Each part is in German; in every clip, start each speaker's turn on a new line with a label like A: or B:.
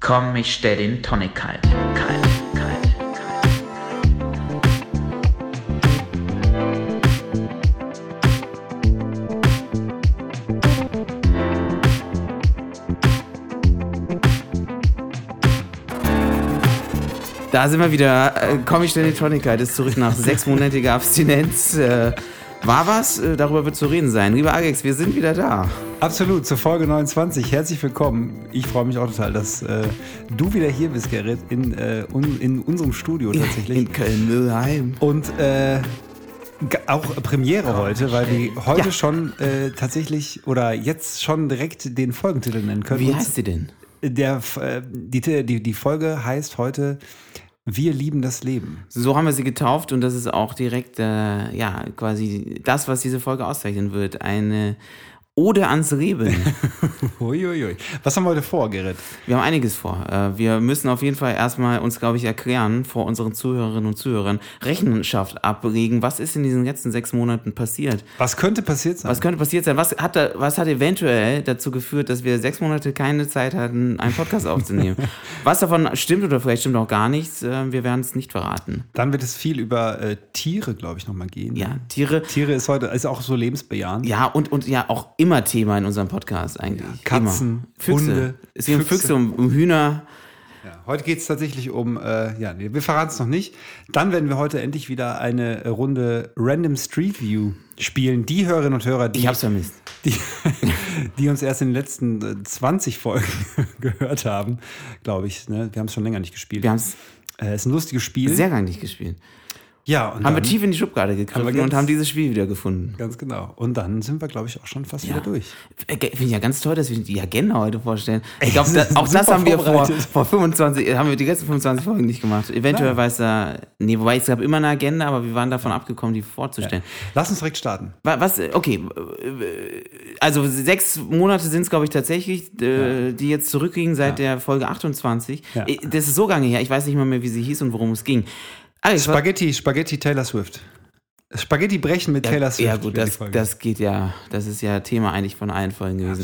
A: Komm, ich stell den Tonic kalt. Kalt, kalt, kalt.
B: Da sind wir wieder. Äh, Komm, ich stelle die Tonic kalt. Ist zurück nach sechsmonatiger Abstinenz. Äh, war was? Äh, darüber wird zu reden sein. Lieber Alex, wir sind wieder da.
C: Absolut, zur Folge 29. Herzlich willkommen. Ich freue mich auch total, dass äh, du wieder hier bist, Gerrit, in, äh, un, in unserem Studio tatsächlich.
B: In Köln-Müllheim.
C: Und äh, g- auch Premiere heute, weil wir heute schon äh, tatsächlich oder jetzt schon direkt den Folgentitel nennen können.
B: Wie
C: Und
B: heißt sie denn?
C: der, F- äh, die, die, die Folge heißt heute Wir lieben das Leben.
B: So haben wir sie getauft und das ist auch direkt, äh, ja, quasi das, was diese Folge auszeichnen wird. Eine Ode ans Leben.
C: Uiuiui. Was haben wir heute vor, Gerrit?
B: Wir haben einiges vor. Äh, Wir müssen auf jeden Fall erstmal uns, glaube ich, erklären, vor unseren Zuhörerinnen und Zuhörern Rechenschaft ablegen. Was ist in diesen letzten sechs Monaten passiert?
C: Was könnte passiert sein?
B: Was könnte passiert sein? Was hat, da, was hat eventuell dazu geführt, dass wir sechs Monate keine Zeit hatten, einen Podcast aufzunehmen? was davon stimmt oder vielleicht stimmt auch gar nichts, äh, wir werden es nicht verraten.
C: Dann wird es viel über äh, Tiere, glaube ich, nochmal gehen.
B: Ja, Tiere.
C: Tiere ist heute ist auch so lebensbejahend.
B: Ja, und, und ja, auch immer Thema in unserem Podcast eigentlich.
C: Katzen,
B: immer. Füchse.
C: Hunde,
B: es geht um
C: Füchse.
B: Füchse, um, um Hühner.
C: Ja, heute geht es tatsächlich um, äh, ja, nee, wir verraten es noch nicht. Dann werden wir heute endlich wieder eine Runde Random Street View spielen. Die Hörerinnen und Hörer,
B: Ich
C: die,
B: hab's vermisst.
C: die, die uns erst in den letzten äh, 20 Folgen gehört haben, glaube ich. Ne? Wir haben es schon länger nicht gespielt.
B: Wir haben's
C: äh, ist ein lustiges Spiel.
B: sehr lange nicht gespielt.
C: ja, und
B: Haben wir
C: dann,
B: tief in die Schublade gegriffen
C: Aber ganz-
B: und haben dieses Spiel wieder gefunden.
C: ganz genau. Und dann sind wir, glaube ich, auch schon fast
B: Ja.
C: wieder durch.
B: Äh, ge- Finde ich ja ganz toll, dass wir die Agenda heute vorstellen. Ich glaube,
C: wir
B: da,
C: sind
B: auch das
C: super
B: haben wir vor,
C: vorbereitet.
B: vor 25, haben wir die letzten 25 Folgen nicht gemacht. Eventuell
C: Nein.
B: weiß da, nee, wobei es gab immer eine Agenda, aber wir waren davon abgekommen, die vorzustellen.
C: Lass uns direkt starten.
B: Wa- Was, äh, okay, äh, also sechs Monate sind es, glaube ich, tatsächlich, äh, die jetzt zurückgingen seit der Folge 28.
C: Ja.
B: Äh, Das ist so lange her, ich weiß nicht mal mehr, wie sie hieß und worum es ging. Ah, Alex, was-
C: Spaghetti, Spaghetti Taylor Swift. Spaghetti brechen mit Taylor Swift.
B: ja gut,
C: wird die
B: das,
C: Folge.
B: das geht ja, das ist ja Thema eigentlich von allen Folgen gewesen.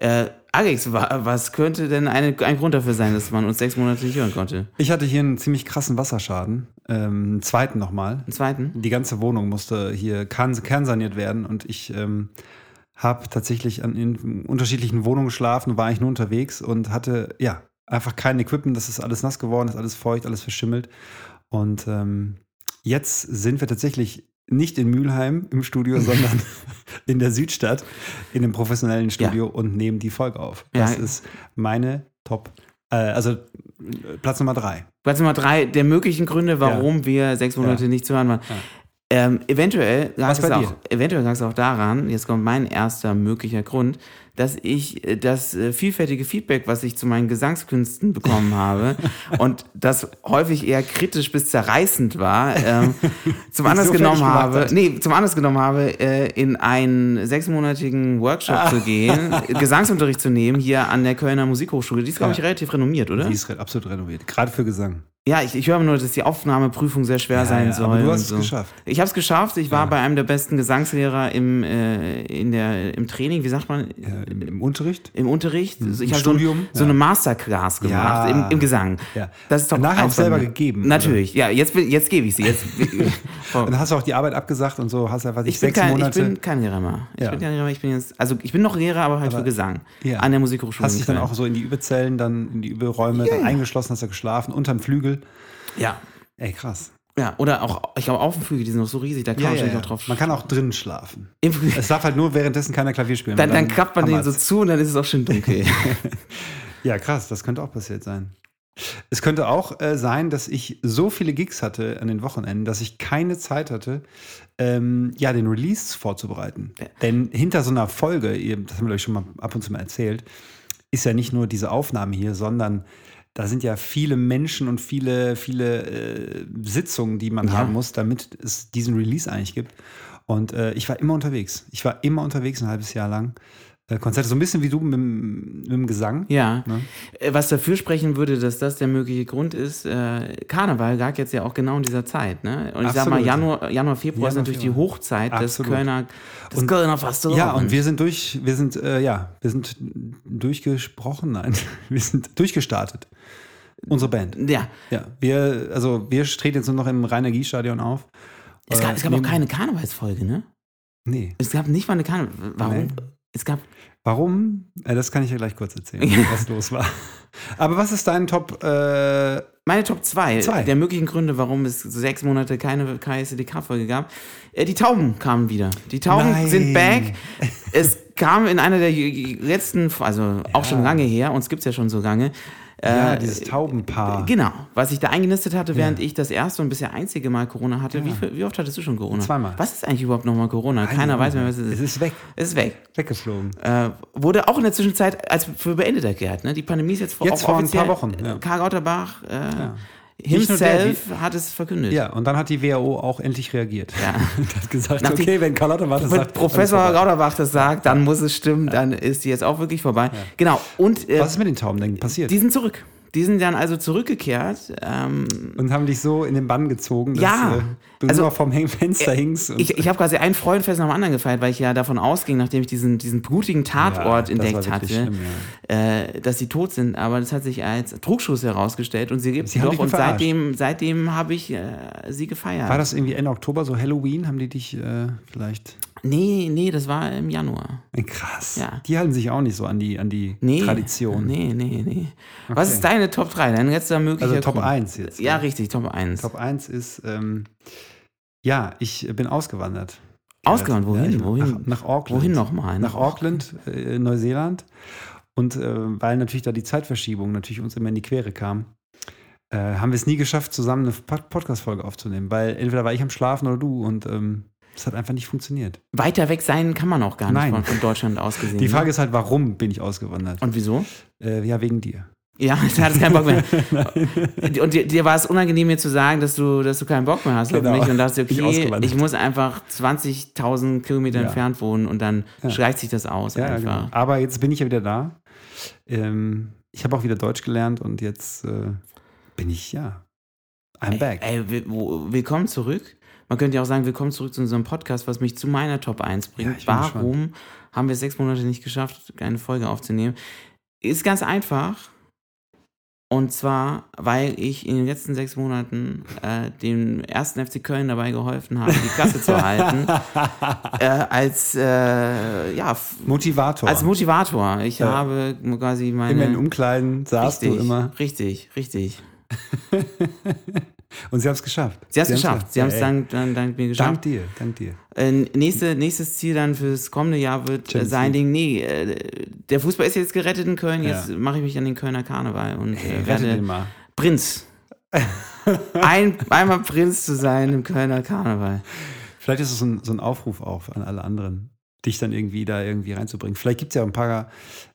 C: Absolut.
B: Äh, Alex, wa was könnte denn eine, ein Grund dafür sein, dass man uns sechs Monate nicht hören konnte?
C: Ich hatte hier einen ziemlich krassen Wasserschaden. Ähm, einen zweiten nochmal.
B: Einen zweiten?
C: Die ganze Wohnung musste hier kan- kernsaniert werden und ich ähm, habe tatsächlich an, in unterschiedlichen Wohnungen geschlafen, war ich nur unterwegs und hatte, ja, einfach kein Equipment. Das ist alles nass geworden, ist alles feucht, alles verschimmelt. Und ähm, jetzt sind wir tatsächlich nicht in Mülheim im Studio, sondern in der Südstadt, in dem professionellen Studio und nehmen die Folge auf.
B: Ja.
C: Das ist meine Top, äh, also äh, Platz Nummer drei.
B: Platz Nummer drei der möglichen Gründe, warum wir sechs Monate
C: Ja.
B: nicht zu hören waren.
C: Ja.
B: Ähm, eventuell lag
C: Was
B: es
C: bei
B: auch,
C: dir?
B: eventuell lag es auch daran, jetzt kommt mein erster möglicher Grund, dass ich äh, das äh, vielfältige Feedback, was ich zu meinen Gesangskünsten bekommen habe und das häufig eher kritisch bis zerreißend war, ähm, zum Anlass
C: fertig
B: genommen
C: gemacht
B: habe,
C: hat.
B: nee, zum Anlass genommen habe, äh, in einen sechsmonatigen Workshop zu gehen, Gesangsunterricht zu nehmen, hier an der Kölner Musikhochschule. Die ist, glaube
C: Ja.
B: ich, relativ renommiert, oder?
C: Die ist re- absolut renoviert, gerade für Gesang.
B: Ja, ich, ich höre nur, dass die Aufnahmeprüfung sehr schwer
C: Ja,
B: sein
C: ja,
B: soll.
C: aber du
B: und
C: hast es
B: so.
C: geschafft.
B: Ich habe es geschafft. Ich war bei einem der besten Gesangslehrer im, äh, in der, im Training, wie sagt man,
C: Äh, im, Im Unterricht?
B: im Unterricht. Also ich
C: im
B: habe so, ein-
C: Studium,
B: so
C: ja.
B: eine Masterclass gemacht
C: Ja.
B: im, im Gesang.
C: Ja.
B: Das ist doch
C: Nachher auch
B: eins von
C: selber
B: mir.
C: gegeben, oder?
B: Natürlich. Ja, jetzt, bin- jetzt gebe ich sie. Jetzt,
C: Und dann hast du auch die Arbeit abgesagt und so, hast einfach die
B: ich, bin
C: sechs
B: kein, ich
C: Monate.
B: bin kein Lehrer mehr. Ich
C: Ja.
B: bin kein Lehrer. Ich bin jetzt, also ich bin noch Lehrer, aber halt für Gesang
C: ja.
B: an der Musikhochschule.
C: hast
B: in
C: dich dann
B: Köln.
C: auch so in die Übezellen, dann in die Übelräume, dann eingeschlossen, hast du geschlafen, unterm Flügel.
B: ja.
C: Ey, krass.
B: Ja, oder auch, ich glaube, Aufenflüge, die sind noch so riesig, da kann man wahrscheinlich auch drauf
C: Man kann auch drinnen schlafen.
B: Im-
C: Es darf halt nur währenddessen keiner Klavier spielen.
B: Dann,
C: weil
B: dann klappt man den so
C: hammert's.
B: zu und dann ist es auch schön dunkel.
C: Ja, krass, das könnte auch passiert sein. Es könnte auch äh, sein, dass ich so viele Gigs hatte an den Wochenenden, dass ich keine Zeit hatte, ähm, ja, den Release vorzubereiten. Denn hinter so einer Folge, ihr- das haben wir euch schon mal ab und zu mal erzählt, ist ja nicht nur diese Aufnahme hier, sondern da sind ja viele Menschen und viele, viele äh, Sitzungen, die man haben muss, damit es diesen Release eigentlich gibt. Und äh, ich war immer unterwegs. Ich war immer unterwegs ein halbes Jahr lang. äh, Konzerte. So ein bisschen wie du mit, dem- mit dem Gesang.
B: Ja.
C: Ne?
B: Äh, Was dafür sprechen würde, dass das der mögliche Grund ist, äh, Karneval lag jetzt ja auch genau in dieser Zeit. Ne? Und ich sag mal,
C: Absolut.
B: Januar, Januar Februar ist
C: Januar,
B: natürlich die
C: Februar.
B: Hochzeit des
C: Absolut.
B: Kölner, des Kölner Festivals.
C: Ja, und wir sind durch, wir sind, äh, ja, wir sind durchgesprochen, nein, wir sind durchgestartet. Unsere Band.
B: Ja,
C: Ja, wir, also wir treten jetzt nur noch im Rainer-Gie-Stadion auf.
B: es gab,
C: Äh,
B: es gab auch
C: nehmen-
B: keine Karnevalsfolge, ne?
C: Nee.
B: Es gab nicht mal eine Karneval. Warum?
C: Nee.
B: Es gab.
C: Warum? Äh, das kann ich ja gleich kurz erzählen, was los war. Aber was ist dein Top? Äh,
B: Meine Top 2
C: Zwei.
B: der möglichen Gründe, warum es so sechs Monate keine KSDK-Folge gab. Äh, die Tauben kamen wieder. Die Tauben
C: Nein.
B: sind back. Es kam in einer der j- j- letzten, also auch schon lange her, uns gibt es ja schon so lange.
C: ja,
B: äh,
C: dieses Taubenpaar.
B: Genau, was ich da eingenistet hatte, während ich das erste und bisher einzige Mal Corona hatte. Wie, viel, wie oft hattest du schon Corona?
C: Zweimal.
B: Was ist eigentlich überhaupt nochmal Corona? Keiner weiß mehr, was es
C: Es
B: ist.
C: ist weg,
B: Es ist weg.
C: weggeflogen.
B: Äh, wurde auch in der Zwischenzeit als für beendet erklärt. Ne? Die Pandemie ist jetzt vor,
C: Jetzt
B: auch
C: vor ein
B: offiziell- äh,
C: paar Wochen, ja.
B: Karl Lauterbach äh,
C: Nicht nur der,
B: himself hat es verkündet.
C: Ja, und dann hat die WHO auch endlich reagiert.
B: Ja.
C: Und hat gesagt,
B: Nachdem-
C: okay, wenn Carlotta war, das
B: Wenn
C: sagt,
B: Professor
C: alles vorbei.
B: Lauterbach das sagt, dann muss es stimmen, dann ist die jetzt auch wirklich vorbei. Genau, und äh,
C: Was ist mit den Tauben denn passiert?
B: die sind zurück. Die sind dann also zurückgekehrt. Ähm,
C: und haben dich so in den Bann gezogen, dass
B: Ja.
C: äh, du
B: Also-
C: nur vom Häng- Fenster hingst. Und
B: ich, ich habe quasi ein Freudenfest nach dem anderen gefeiert, weil ich ja davon ausging, nachdem ich diesen, diesen blutigen Tatort
C: Ja, das
B: entdeckt
C: war
B: hatte,
C: wirklich schlimm,
B: äh, dass sie tot sind. Aber das hat sich als Druckschuss herausgestellt und sie gibt
C: Sie haben
B: doch.
C: dich
B: Und
C: verarscht.
B: seitdem, seitdem habe ich äh, sie gefeiert.
C: war das irgendwie Ende Oktober, so Halloween? Haben die dich äh, vielleicht.
B: Nee, nee, das war im Januar.
C: Äh, Krass.
B: Ja.
C: Die halten sich auch nicht so an die, an die
B: Nee.
C: Tradition.
B: Nee, nee, nee. Was ist deine Top 3? Dein letzter möglicher
C: Also Top
B: Grund.
C: 1 jetzt. ne?
B: Ja, richtig, Top 1.
C: Top 1 ist, ähm, ja, ich bin ausgewandert. Äh,
B: Ausgewandert, wohin?
C: ich-
B: Wohin?
C: Nach, nach Auckland.
B: Wohin nochmal?
C: Nach Auckland, äh, Neuseeland. Und äh, weil natürlich da die Zeitverschiebung natürlich uns immer in die Quere kam, äh, haben wir es nie geschafft, zusammen eine Pod- Podcast-Folge aufzunehmen, weil entweder war ich am Schlafen oder du und ähm, es hat einfach nicht funktioniert.
B: Weiter weg sein kann man auch gar nicht
C: Nein.
B: Von, von Deutschland aus gesehen.
C: Die
B: ne?
C: Frage ist halt, warum bin ich ausgewandert?
B: Und wieso?
C: Äh, ja, wegen dir.
B: Ja, da hat es keinen Bock mehr. und dir, dir war es unangenehm, mir zu sagen, dass du, dass du keinen Bock mehr hast auf
C: Genau.
B: mich und dachte,
C: Bin ich
B: okay,
C: ausgewandert.
B: ich muss einfach 20.000 Kilometer
C: Ja.
B: entfernt wohnen und dann schleicht sich das aus
C: Ja,
B: einfach.
C: genau. Aber jetzt bin ich ja wieder da. Ähm, ich habe auch wieder Deutsch gelernt und jetzt äh, bin ich ja. genau. I'm back.
B: Ey, wi- wo- willkommen zurück. Man könnte ja auch sagen, willkommen zurück zu unserem Podcast, was mich zu meiner Top 1
C: Ja,
B: bringt.
C: ich bin
B: Warum haben wir es sechs Monate nicht geschafft, eine Folge aufzunehmen? Ist ganz einfach. Und zwar, weil ich in den letzten sechs Monaten äh, dem ersten FC Köln dabei geholfen habe, die Kasse zu halten. Äh, als, äh, ja, f-
C: Motivator.
B: als Motivator. Ich
C: Ja.
B: habe quasi meine.
C: immer in Umkleiden saß
B: richtig,
C: du immer.
B: richtig, richtig.
C: Und sie haben es geschafft.
B: Sie haben es
C: haben's
B: geschafft. Sie haben es
C: Ey,
B: dank, dank, dank mir geschafft.
C: Dank dir, dank dir.
B: Äh, nächste, nächstes Ziel dann fürs kommende Jahr wird äh,
C: Champions
B: sein Ding, nee, äh, der Fußball ist jetzt gerettet in Köln, jetzt
C: Ja.
B: mache ich mich an den Kölner Karneval und äh,
C: Rettet ihn
B: werde
C: mal.
B: Prinz. Ein, einmal Prinz zu sein im Kölner Karneval.
C: Vielleicht ist es so ein, so ein Aufruf auch an alle anderen, dich dann irgendwie da irgendwie reinzubringen. Vielleicht gibt es ja ein paar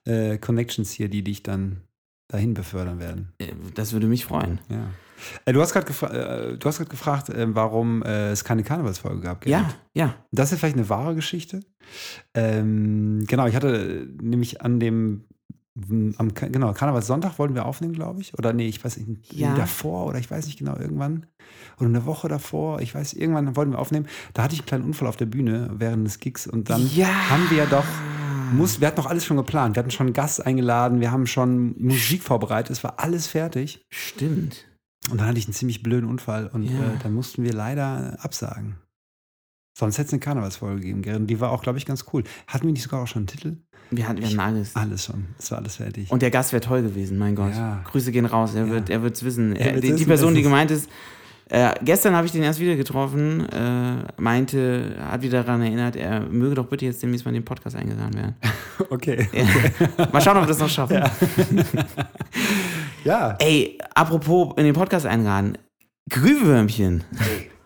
C: äh, Connections hier, die dich dann dahin befördern werden.
B: Äh, Das würde mich freuen.
C: Ja. Äh, du hast gerade gefra äh, du hast grad gefragt, äh, warum äh, es keine Karnevalsfolge gab. gell?
B: Ja, ja.
C: Das ist vielleicht eine wahre Geschichte. Ähm, genau, ich hatte nämlich an dem am Ka- genau, Karnevalssonntag wollten wir aufnehmen, glaube ich. Oder nee, ich weiß nicht,
B: Ja.
C: davor oder ich weiß nicht genau, irgendwann. Oder eine Woche davor, ich weiß, irgendwann wollten wir aufnehmen. Da hatte ich einen kleinen Unfall auf der Bühne während des Gigs und dann
B: Ja.
C: haben wir ja doch, muss, wir hatten doch alles schon geplant. Wir hatten schon einen Gast eingeladen, wir haben schon Musik vorbereitet, es war alles fertig.
B: Stimmt.
C: Und dann hatte ich einen ziemlich blöden Unfall und
B: Ja.
C: äh, dann mussten wir leider absagen. Sonst hätte es eine Karnevalsfolge gegeben, Gerd. Die war auch, glaube ich, ganz cool. Hatten wir nicht sogar auch schon einen Titel?
B: Wir hatten wir hatten Nagels.
C: Alles schon. Es war alles fertig.
B: Und der Gast wäre toll gewesen, mein Gott.
C: Ja.
B: Grüße gehen raus, er wird er wird's wissen.
C: Er
B: Äh,
C: wird
B: die, die
C: wissen,
B: Person,
C: dass
B: die
C: es-
B: gemeint ist, äh, gestern habe ich den erst wieder getroffen, äh, meinte, hat wieder daran erinnert, er möge doch bitte jetzt demnächst mal in den Podcast eingeladen werden.
C: okay.
B: Ja. mal schauen, ob wir das noch schaffen.
C: Ja.
B: Ey, apropos in den Podcast einladen. Glühwürmchen.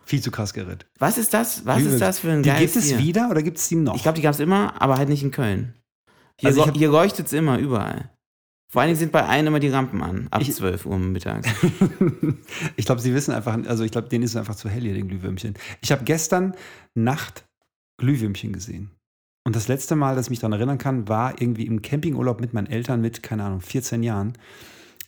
C: Viel zu krass, Gerrit.
B: Was ist das? Was ist das für ein
C: Die
B: geiles
C: gibt es
B: Tier?
C: wieder oder gibt es die noch?
B: Ich glaube, die gab es immer, aber halt nicht in Köln. Hier,
C: Also ich
B: leu-
C: hab-
B: hier leuchtet es immer, überall. Vor allen Dingen sind bei allen immer die Rampen an, ab
C: Ich-
B: 12 Uhr mittags.
C: ich glaube, sie wissen einfach, also ich glaube, denen ist es einfach zu hell hier, den Glühwürmchen. Ich habe gestern Nacht Glühwürmchen gesehen. Und das letzte Mal, dass ich mich daran erinnern kann, war irgendwie im Campingurlaub mit meinen Eltern mit, keine Ahnung, 14 Jahren.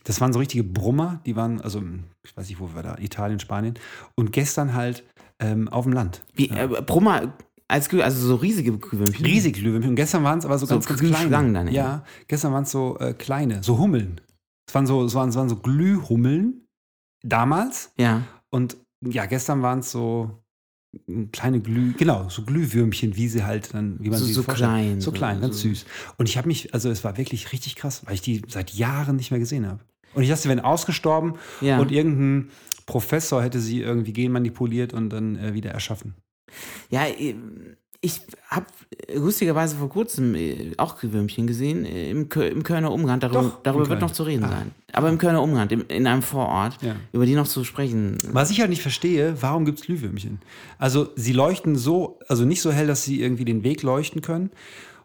C: Das waren so richtige Brummer, die waren, also ich weiß nicht, wo wir da, Italien, Spanien. Und gestern halt ähm, auf dem Land.
B: Wie, äh, Brummer, als, Glüh- also so riesige Glühwürmchen.
C: Riesig Glühwürmchen. Und gestern waren es aber so, ganz, ganz kleine.
B: Glühschlangen dann,
C: ja.
B: ja.
C: gestern waren es so äh, kleine, so Hummeln. Es waren so, es waren, es waren so Glühhummeln damals.
B: Ja.
C: Und ja, gestern waren es so mm, kleine Glüh, genau, so Glühwürmchen, wie sie halt dann, wie man
B: So-
C: sie
B: so
C: vorstellt.
B: klein,
C: So
B: so-
C: klein, ganz
B: so-
C: süß. Und ich habe mich, also es war wirklich richtig krass, weil ich die seit Jahren nicht mehr gesehen habe. Und ich dachte, sie wären ausgestorben
B: Ja.
C: und irgendein Professor hätte sie irgendwie genmanipuliert und dann äh, wieder erschaffen.
B: Ja, äh, ich habe lustigerweise vor kurzem äh, auch Glühwürmchen gesehen äh, im, Kö im Kölner Umland. Darüber,
C: Doch, im
B: darüber
C: Köln.
B: wird noch zu reden
C: Ah.
B: sein. Aber im Kölner Umland, im, in einem Vorort,
C: Ja.
B: über die noch zu sprechen.
C: Was ich halt nicht verstehe, warum gibt es Glühwürmchen? Also sie leuchten so, also nicht so hell, dass sie irgendwie den Weg leuchten können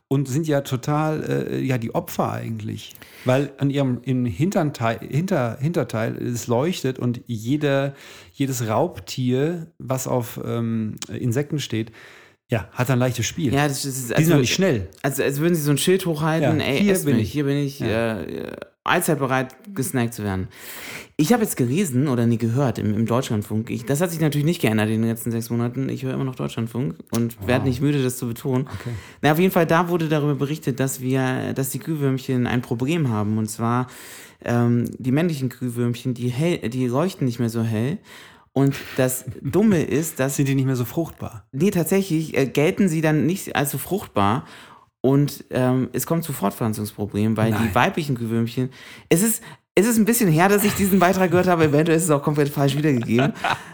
C: und sind ja total, äh, ja, die Opfer eigentlich. Weil an ihrem im Hinternteil, Hinter, Hinterteil es leuchtet und jeder, jedes Raubtier, was auf ähm, Insekten steht, ja, hat ein leichtes Spiel.
B: Ja, das, das ist
C: die sind doch
B: also,
C: nicht schnell.
B: als, als würden sie so ein Schild hochhalten.
C: Ja,
B: Ey,
C: hier
B: esst
C: bin
B: mich,
C: ich.
B: hier bin ich äh, allzeit bereit, gesnackt zu werden. Ich habe jetzt gelesen oder nie gehört im, im Deutschlandfunk. Ich, das hat sich natürlich nicht geändert in den letzten sechs Monaten. Ich höre immer noch Deutschlandfunk und
C: Ah.
B: werde nicht müde, das zu betonen. Na, auf jeden Fall, da wurde darüber berichtet, dass wir, dass die Glühwürmchen ein Problem haben. Und zwar ähm, die männlichen Glühwürmchen, die hell, die leuchten nicht mehr so hell. Und das Dumme ist, dass
C: Sind die nicht mehr so fruchtbar?
B: Nee, tatsächlich äh, gelten sie dann nicht als so fruchtbar. Und ähm, es kommt zu Fortpflanzungsproblemen, weil
C: Nein.
B: die weiblichen Glühwürmchen. Es ist, es ist ein bisschen her, dass ich diesen Beitrag gehört habe. Eventuell ist es auch komplett falsch wiedergegeben.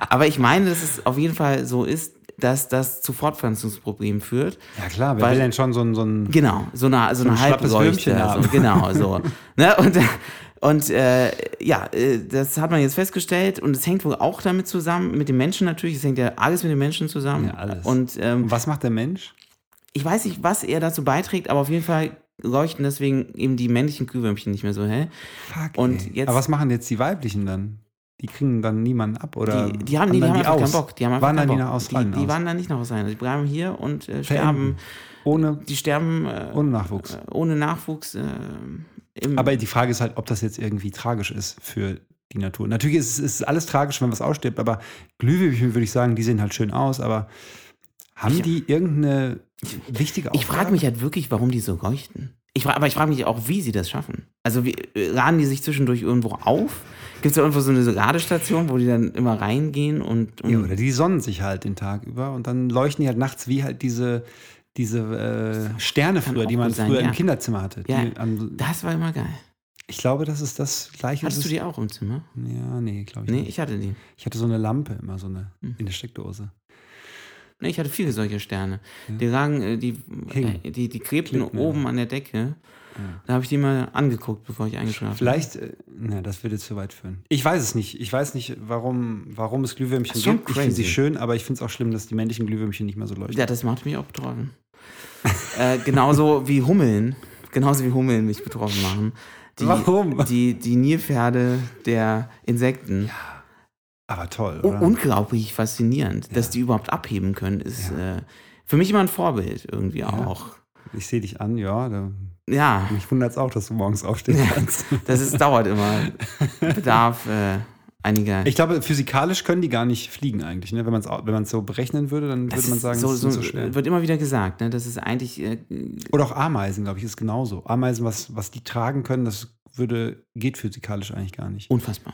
B: Aber ich meine, dass es auf jeden Fall so ist, dass das zu Fortpflanzungsproblemen führt.
C: Ja klar, wer
B: Weil-
C: will denn schon so ein, so ein
B: Genau, so eine, so eine
C: ein schlappes
B: Halbleuchte.
C: Würmchen haben.
B: Also, genau, so. ne? Und, und äh, ja, äh, das hat man jetzt festgestellt und es hängt wohl auch damit zusammen, mit dem Menschen natürlich. Es hängt ja alles mit dem Menschen zusammen.
C: Ja, alles.
B: Und ähm,
C: Und was macht der Mensch?
B: ich weiß nicht, was er dazu beiträgt, aber auf jeden Fall leuchten deswegen eben die männlichen Glühwürmchen nicht mehr so hell.
C: Fuck.
B: Und
C: ey.
B: jetzt-
C: Aber was machen jetzt die Weiblichen dann? Die kriegen dann niemanden ab oder
B: Die, die haben, nee, die haben
C: wandern
B: einfach
C: aus?
B: keinen Bock. Die haben einfach
C: wandern
B: keinen
C: die
B: Bock.
C: nach
B: die,
C: Australien
B: die
C: aus?
B: wandern nicht nach Australien. Die bleiben hier und äh,
C: Verenden.
B: sterben.
C: ohne,
B: Die sterben äh,
C: ohne Nachwuchs.
B: ohne Nachwuchs. Äh, im,
C: Aber die Frage ist halt, ob das jetzt irgendwie tragisch ist für die Natur. Natürlich ist es ist alles tragisch, wenn was ausstirbt, aber Glühwürmchen würde ich sagen, die sehen halt schön aus, aber haben
B: Ich-
C: die irgendeine wichtige Aufgabe?
B: ich frage mich halt wirklich, warum die so leuchten. Ich frag, aber ich frage mich auch, wie sie das schaffen. Also wie, äh, laden die sich zwischendurch irgendwo auf? Gibt es da irgendwo so eine Ladestation, wo die dann immer reingehen und, und
C: Ja, oder die sonnen sich halt den Tag über und dann leuchten die halt nachts wie halt diese, diese äh, Sterne
B: Kann
C: früher, die
B: auch
C: man
B: gut sein,
C: früher
B: ja.
C: im Kinderzimmer hatte.
B: Ja,
C: die, am,
B: das war immer geil.
C: ich glaube, das ist das gleiche
B: Hattest du
C: System.
B: die auch im Zimmer?
C: Ja, nee, glaube ich
B: Nee,
C: nicht.
B: ich hatte die.
C: Ich hatte so eine Lampe immer, so eine
B: Hm.
C: in der Steckdose.
B: Ne, Ich hatte viele solche Sterne.
C: Ja.
B: Die lagen, äh, die,
C: Hingen.
B: äh, die, die klebten
C: Klebten, ja.
B: oben an der Decke.
C: Ja.
B: Da habe ich die mal angeguckt, bevor ich eingeschlafen bin.
C: Vielleicht, äh, na, das würde zu weit führen. Ich weiß es nicht. Ich weiß nicht, warum, warum es Glühwürmchen
B: Das ist schon
C: gibt. Ich finde sie
B: crazy.
C: schön, aber ich finde es auch schlimm, dass die männlichen Glühwürmchen nicht mehr so leuchten.
B: Ja, das macht mich auch betroffen. äh, genauso wie Hummeln. Genauso wie Hummeln mich betroffen machen. Die,
C: Warum?
B: Die, die Nilpferde der Insekten.
C: Aber toll,
B: U-
C: oder?
B: Unglaublich faszinierend, dass die überhaupt abheben können, ist äh, für mich immer ein Vorbild irgendwie auch.
C: Ich sehe dich an, ja. Da,
B: Ja,
C: mich wundert es auch, dass du morgens aufstehen kannst.
B: das ist, dauert immer. Bedarf äh, einiger
C: Ich glaube, physikalisch können die gar nicht fliegen eigentlich. Ne? Wenn man es wenn man's so berechnen würde, dann würde man
B: ist
C: sagen,
B: so,
C: das
B: so,
C: ist so schwer.
B: wird immer wieder gesagt, ne? Das ist eigentlich äh,
C: Oder auch Ameisen, glaube ich, ist genauso. Ameisen, was, was die tragen können, das würde, geht physikalisch eigentlich gar nicht.
B: unfassbar.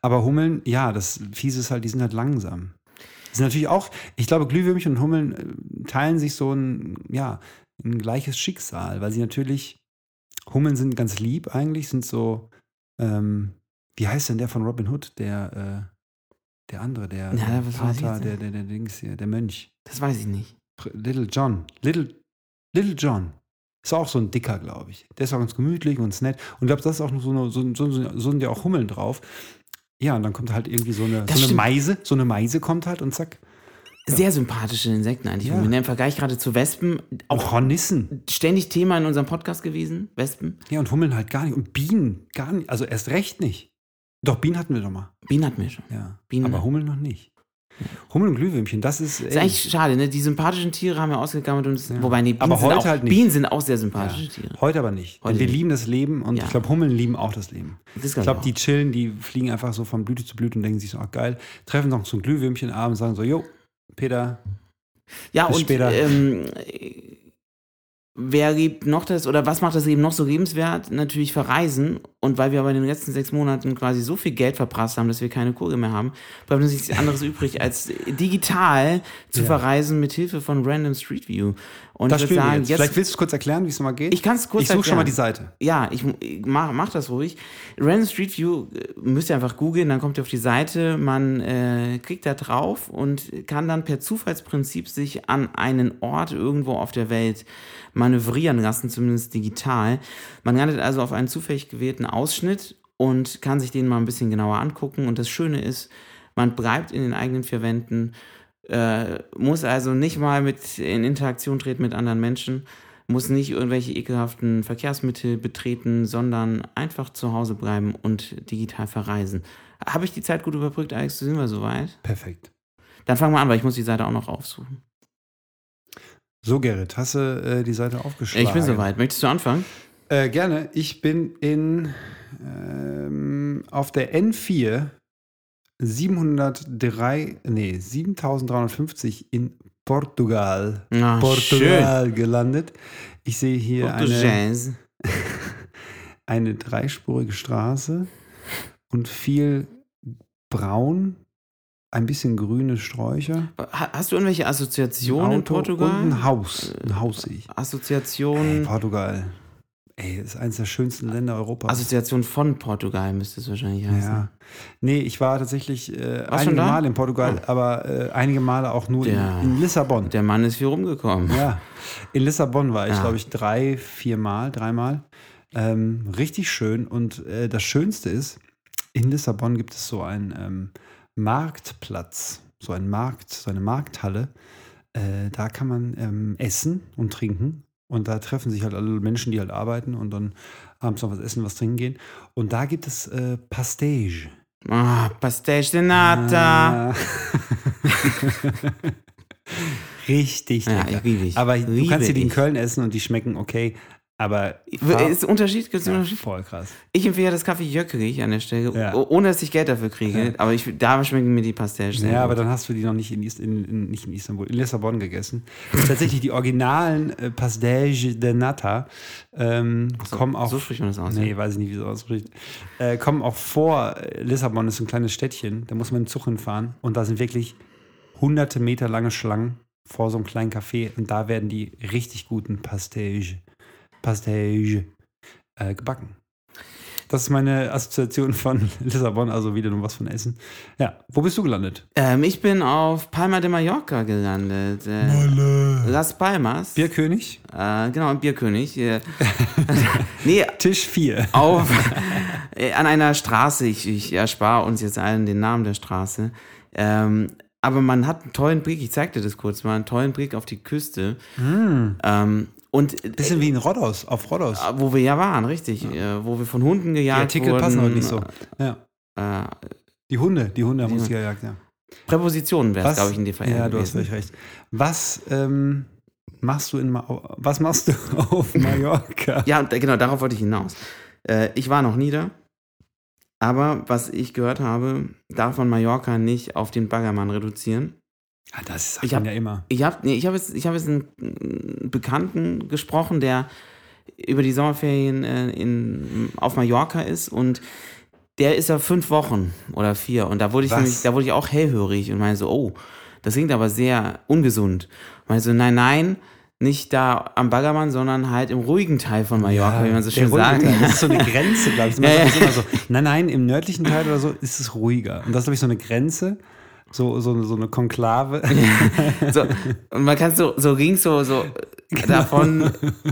C: Aber Hummeln, ja, das Fiese ist halt, die sind halt langsam. Das sind natürlich auch, ich glaube, Glühwürmchen und Hummeln äh, teilen sich so ein, ja, ein gleiches Schicksal, weil sie natürlich, Hummeln sind ganz lieb eigentlich, sind so, ähm, wie heißt denn der von Robin Hood, der, äh, der andere, der
B: Na, was weiß ich
C: Pater,
B: jetzt
C: der, der, der Dings hier, der Mönch.
B: Das weiß ich nicht.
C: Pr- Little John. Little, Little John. Ist auch so ein Dicker, glaube ich. Der ist auch ganz gemütlich und ganz nett. Und ich glaube, das ist auch noch so, eine, so, so, so so sind ja auch Hummeln drauf. Ja, und dann kommt halt irgendwie so eine,
B: Das
C: so eine
B: stimmt.
C: Meise. So eine Meise kommt halt und zack.
B: Sehr sympathische Insekten eigentlich. ne,
C: Ja.
B: Im Vergleich gerade zu Wespen,
C: Auch Hornissen.
B: ständig Thema in unserem Podcast gewesen. Wespen.
C: Ja, und Hummeln halt gar nicht. Und Bienen gar nicht. Also erst recht nicht. Doch, Bienen hatten wir doch mal.
B: Bienen hatten wir schon.
C: Ja.
B: Bienen.
C: Aber Hummeln noch nicht. Hummel und Glühwürmchen, das ist.
B: Ist eigentlich schade, ne? Die sympathischen Tiere haben wir ausgegammelt und es- wobei nee, Bienen,
C: Aber
B: sind
C: heute
B: auch,
C: halt nicht.
B: Bienen sind auch sehr sympathische Tiere.
C: Heute aber nicht.
B: Heute
C: wir
B: nicht.
C: lieben das Leben und
B: Ja.
C: ich glaube, Hummeln lieben auch das Leben.
B: Das glaub
C: ich
B: ich
C: glaube,
B: auch.
C: die chillen, die fliegen einfach so von Blüte zu Blüte und denken sich so, ach geil, treffen noch so ein Glühwürmchen abends und sagen so, jo, Peter,
B: Ja,
C: Bis
B: und
C: später.
B: Ähm, wer gibt noch das oder was macht das eben noch so lebenswert? Natürlich verreisen. Und weil wir aber in den letzten sechs Monaten quasi so viel Geld verprasst haben, dass wir keine Kurge mehr haben, bleibt uns nichts anderes übrig, als digital zu
C: Ja.
B: verreisen mit Hilfe von Random Street View. Und
C: das
B: ich würde
C: spielen wir
B: sagen,
C: jetzt.
B: jetzt.
C: Vielleicht willst du es kurz erklären, wie es nochmal geht?
B: ich kann es kurz
C: Ich suche schon
B: erklären.
C: mal die Seite.
B: Ja, ich, ich mach, mach das ruhig. Random Street View äh, müsst ihr einfach googeln, dann kommt ihr auf die Seite, man äh, klickt da drauf und kann dann per Zufallsprinzip sich an einen Ort irgendwo auf der Welt manövrieren lassen, zumindest digital. Man landet also auf einen zufällig gewählten Ausschnitt und kann sich den mal ein bisschen genauer angucken. Und das Schöne ist, man bleibt in den eigenen vier Wänden, äh, muss also nicht mal mit in Interaktion treten mit anderen Menschen, muss nicht irgendwelche ekelhaften Verkehrsmittel betreten, sondern einfach zu Hause bleiben und digital verreisen. Habe ich die Zeit gut überbrückt, Alex? Sind wir soweit?
C: Perfekt.
B: Dann fangen wir an, weil ich muss die Seite auch noch aufsuchen.
C: So, Gerrit, hast du äh, die Seite aufgeschlagen?
B: Ich bin soweit. Möchtest du anfangen?
C: Äh, gerne. Ich bin in ähm, auf der N4 703, nee, 7350 in Portugal.
B: Ah,
C: Portugal gelandet. Ich sehe hier eine,
B: Portugies.
C: eine dreispurige Straße und viel braun, ein bisschen grüne Sträucher.
B: Ha- Hast du irgendwelche Assoziationen
C: ein
B: in Portugal? Äh,
C: und ein Haus. Ein Haus sehe ich. Ey,
B: Assoziation,
C: Portugal. Ey, ist eines der schönsten Länder Europas.
B: Assoziation von Portugal müsste es wahrscheinlich heißen.
C: Ja. Nee, ich war tatsächlich äh,
B: Warst du
C: einige
B: da? Ah.
C: Male in Portugal, aber äh, einige Male auch nur
B: Ja.
C: in, in Lissabon.
B: Der Mann ist viel rumgekommen.
C: Ja. In Lissabon war ich,
B: Ja.
C: glaube ich, drei, vier Mal, dreimal. Ähm, richtig schön. Und äh, das Schönste ist, in Lissabon gibt es so einen ähm, Marktplatz, so einen Markt, so eine Markthalle. Äh, da kann man ähm, essen und trinken. Und da treffen sich halt alle Menschen, die halt arbeiten und dann abends noch was essen, was trinken gehen. Und da gibt es äh, Pastéis.
B: Ah, Pastéis de Nata.
C: Ah. Richtig
B: Ja,
C: lecker.
B: riesig.
C: aber du
B: Liebe
C: kannst sie die in
B: ich.
C: Köln essen und die schmecken okay, aber
B: W- Ist Unterschied? Gibt's
C: ja,
B: Unterschied?
C: voll krass.
B: Ich empfehle das Kaffee Jöckerich an der Stelle,
C: Ja.
B: o- ohne dass ich Geld dafür kriege. Aber ich, da schmecken mir die Pastéis. sehr
C: Ja, aber
B: gut.
C: dann hast du die noch nicht in, Ist- in, in, nicht in Istanbul, in Lissabon gegessen. Tatsächlich die originalen äh, Pastéis de Nata ähm, kommen auch
B: so spricht man das aus,
C: Nee,
B: ja.
C: weiß ich nicht, wie es ausspricht. Äh, kommen auch vor äh, Lissabon ist ein kleines Städtchen, da muss man im Zug hinfahren und da sind wirklich hunderte Meter lange Schlangen vor so einem kleinen Café und da werden die richtig guten Pastéis Pastéis äh, gebacken. Das ist meine Assoziation von Lissabon, also wieder nur was von Essen. Ja, wo bist du gelandet?
B: ähm, ich bin auf Palma de Mallorca gelandet. Äh, Las Palmas.
C: Bierkönig,
B: äh, genau, im Bierkönig. Äh, nee,
C: Tisch 4.
B: auf äh, an einer Straße. Ich, ich erspare uns jetzt allen den Namen der Straße. Ähm, aber man hat einen tollen Blick, ich zeigte das kurz mal, einen tollen Blick auf die Küste. Ähm, und äh,
C: Hm, Bisschen wie in Rhodos, auf Rhodos.
B: äh, wo wir ja waren, richtig, äh, wo wir von Hunden
C: Die
B: gejagt
C: Artikel
B: wurden.
C: passen heute nicht so. Ja.
B: Äh,
C: Die Hunde, die Hunde haben uns
B: Ja.
C: gejagt, ja.
B: Präpositionen wäre es, glaube ich, in dem Fall.
C: Ja, du hast
B: gewesen.
C: völlig recht. Was ähm, machst du in Ma Was machst du auf Mallorca?
B: Ja, und, äh, genau, darauf wollte ich hinaus. Äh, ich war noch nie da, aber was ich gehört habe, darf man Mallorca nicht auf den Baggermann reduzieren.
C: Ah, das sagt
B: Ich
C: man
B: hab-
C: ja immer.
B: Ich habe nee, ich hab jetzt, ich hab jetzt einen äh, Bekannten gesprochen, der über die Sommerferien äh, in, auf Mallorca ist und der ist ja fünf Wochen oder vier. Und da wurde ich
C: Was?
B: nämlich, da wurde ich auch hellhörig und meine so, oh, das klingt aber sehr ungesund. Meine so, nein, nein, nicht da am Baggermann, sondern halt im ruhigen Teil von Mallorca, wie man so
C: der
B: schön
C: ruhige
B: sagt.
C: Teil, Das ist so eine Grenze, glaube ich. Man
B: Ja,
C: sagt das immer so, nein, nein, im nördlichen Teil oder so ist es ruhiger. Und das ist, glaube ich, so eine Grenze, so, so, so eine Konklave.
B: So, und man kann so, so ging so, so
C: Genau.
B: davon